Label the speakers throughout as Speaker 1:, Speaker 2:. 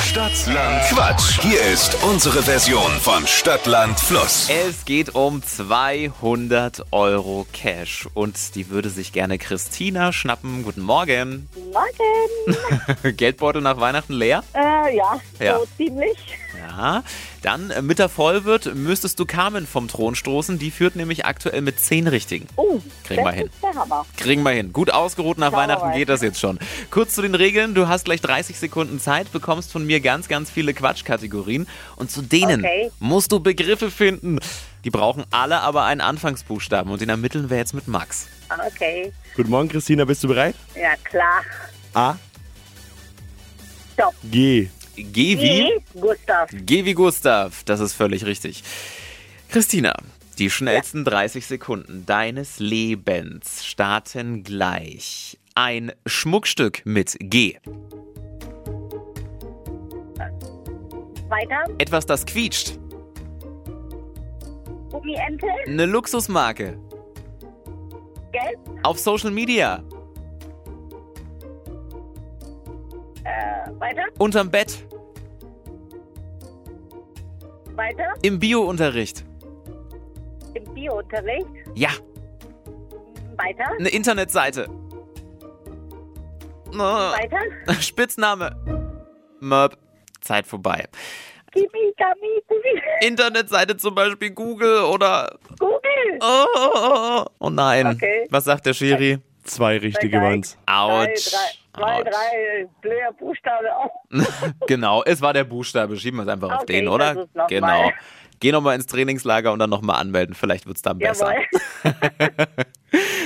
Speaker 1: Stadtland Quatsch. Hier ist unsere Version von Stadtland Fluss.
Speaker 2: Es geht um 200 Euro Cash und die würde sich gerne Christina schnappen. Guten Morgen.
Speaker 3: Morgen.
Speaker 2: Geldbeutel nach Weihnachten leer?
Speaker 3: Äh, ja,
Speaker 2: Ja.
Speaker 3: so ziemlich.
Speaker 2: Ja. Dann, äh, mit der voll wird, müsstest du Carmen vom Thron stoßen. Die führt nämlich aktuell mit 10 Richtigen.
Speaker 3: Oh,
Speaker 2: Kriegen wir
Speaker 3: das
Speaker 2: hin.
Speaker 3: ist der Hammer.
Speaker 2: Kriegen wir hin. Gut ausgeruht nach
Speaker 3: Schauen wir
Speaker 2: Weihnachten
Speaker 3: mal.
Speaker 2: geht das jetzt schon. Kurz zu den Regeln. Du hast gleich 30 Sekunden Zeit, bekommst von mir ganz, ganz viele Quatschkategorien. Und zu denen
Speaker 3: Okay.
Speaker 2: musst du Begriffe finden. Die brauchen alle aber einen Anfangsbuchstaben. Und den ermitteln wir jetzt mit Max.
Speaker 3: Okay,
Speaker 4: Guten Morgen, Christina, bist du bereit?
Speaker 3: ja klar.
Speaker 4: A,
Speaker 3: Stopp.
Speaker 4: G.
Speaker 2: Geh wie?
Speaker 3: Wie? Gustav.
Speaker 2: Geh wie Gustav. Das ist völlig richtig. Christina, die schnellsten 30 Sekunden deines Lebens starten gleich. Ein Schmuckstück mit G.
Speaker 3: Weiter.
Speaker 2: Etwas, das quietscht.
Speaker 3: Gummiente.
Speaker 2: Eine Luxusmarke.
Speaker 3: Gelb.
Speaker 2: Auf Social Media.
Speaker 3: Äh, weiter.
Speaker 2: Unterm Bett.
Speaker 3: Weiter.
Speaker 2: Im Bio-Unterricht.
Speaker 3: Im Biounterricht.
Speaker 2: Ja,
Speaker 3: Weiter.
Speaker 2: eine Internetseite. Äh,
Speaker 3: Weiter.
Speaker 2: Spitzname. Möb. Zeit vorbei.
Speaker 3: Kimi, Kami, Kumi.
Speaker 2: Internetseite zum Beispiel Google oder.
Speaker 3: Google.
Speaker 2: Oh, oh, oh. oh nein.
Speaker 3: Okay.
Speaker 2: Was sagt der Schiri?
Speaker 4: Zwei richtige
Speaker 3: Drei.
Speaker 4: waren's.
Speaker 3: Drei,
Speaker 2: Autsch.
Speaker 3: drei, zwei,
Speaker 2: Autsch.
Speaker 3: drei blöde Buchstabe Oh, auf.
Speaker 2: genau, es war der Buchstabe. Schieben wir es einfach auf
Speaker 3: Okay,
Speaker 2: den,
Speaker 3: ich
Speaker 2: oder?
Speaker 3: versuch's noch
Speaker 2: genau.
Speaker 3: mal.
Speaker 2: Geh nochmal ins Trainingslager und dann nochmal anmelden. Vielleicht wird es dann besser.
Speaker 3: Jawohl.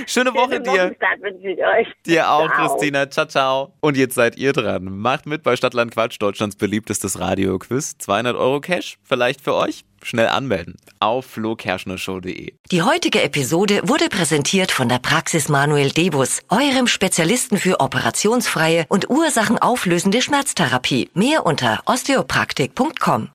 Speaker 2: Schöne Woche
Speaker 3: Schönen
Speaker 2: dir.
Speaker 3: Wochenstart wünsche ich euch.
Speaker 2: Dir auch,
Speaker 3: Ciao.
Speaker 2: Christina. Ciao, ciao. Und jetzt seid ihr dran. Macht mit bei Stadtland Quatsch, Deutschlands beliebtestes Radioquiz. 200 Euro Cash, vielleicht für euch. Schnell anmelden auf flokerschnershow.de.
Speaker 5: Die heutige Episode wurde präsentiert von der Praxis Manuel Debus, eurem Spezialisten für operationsfreie und ursachenauflösende Schmerztherapie. Mehr unter osteopraktik.com.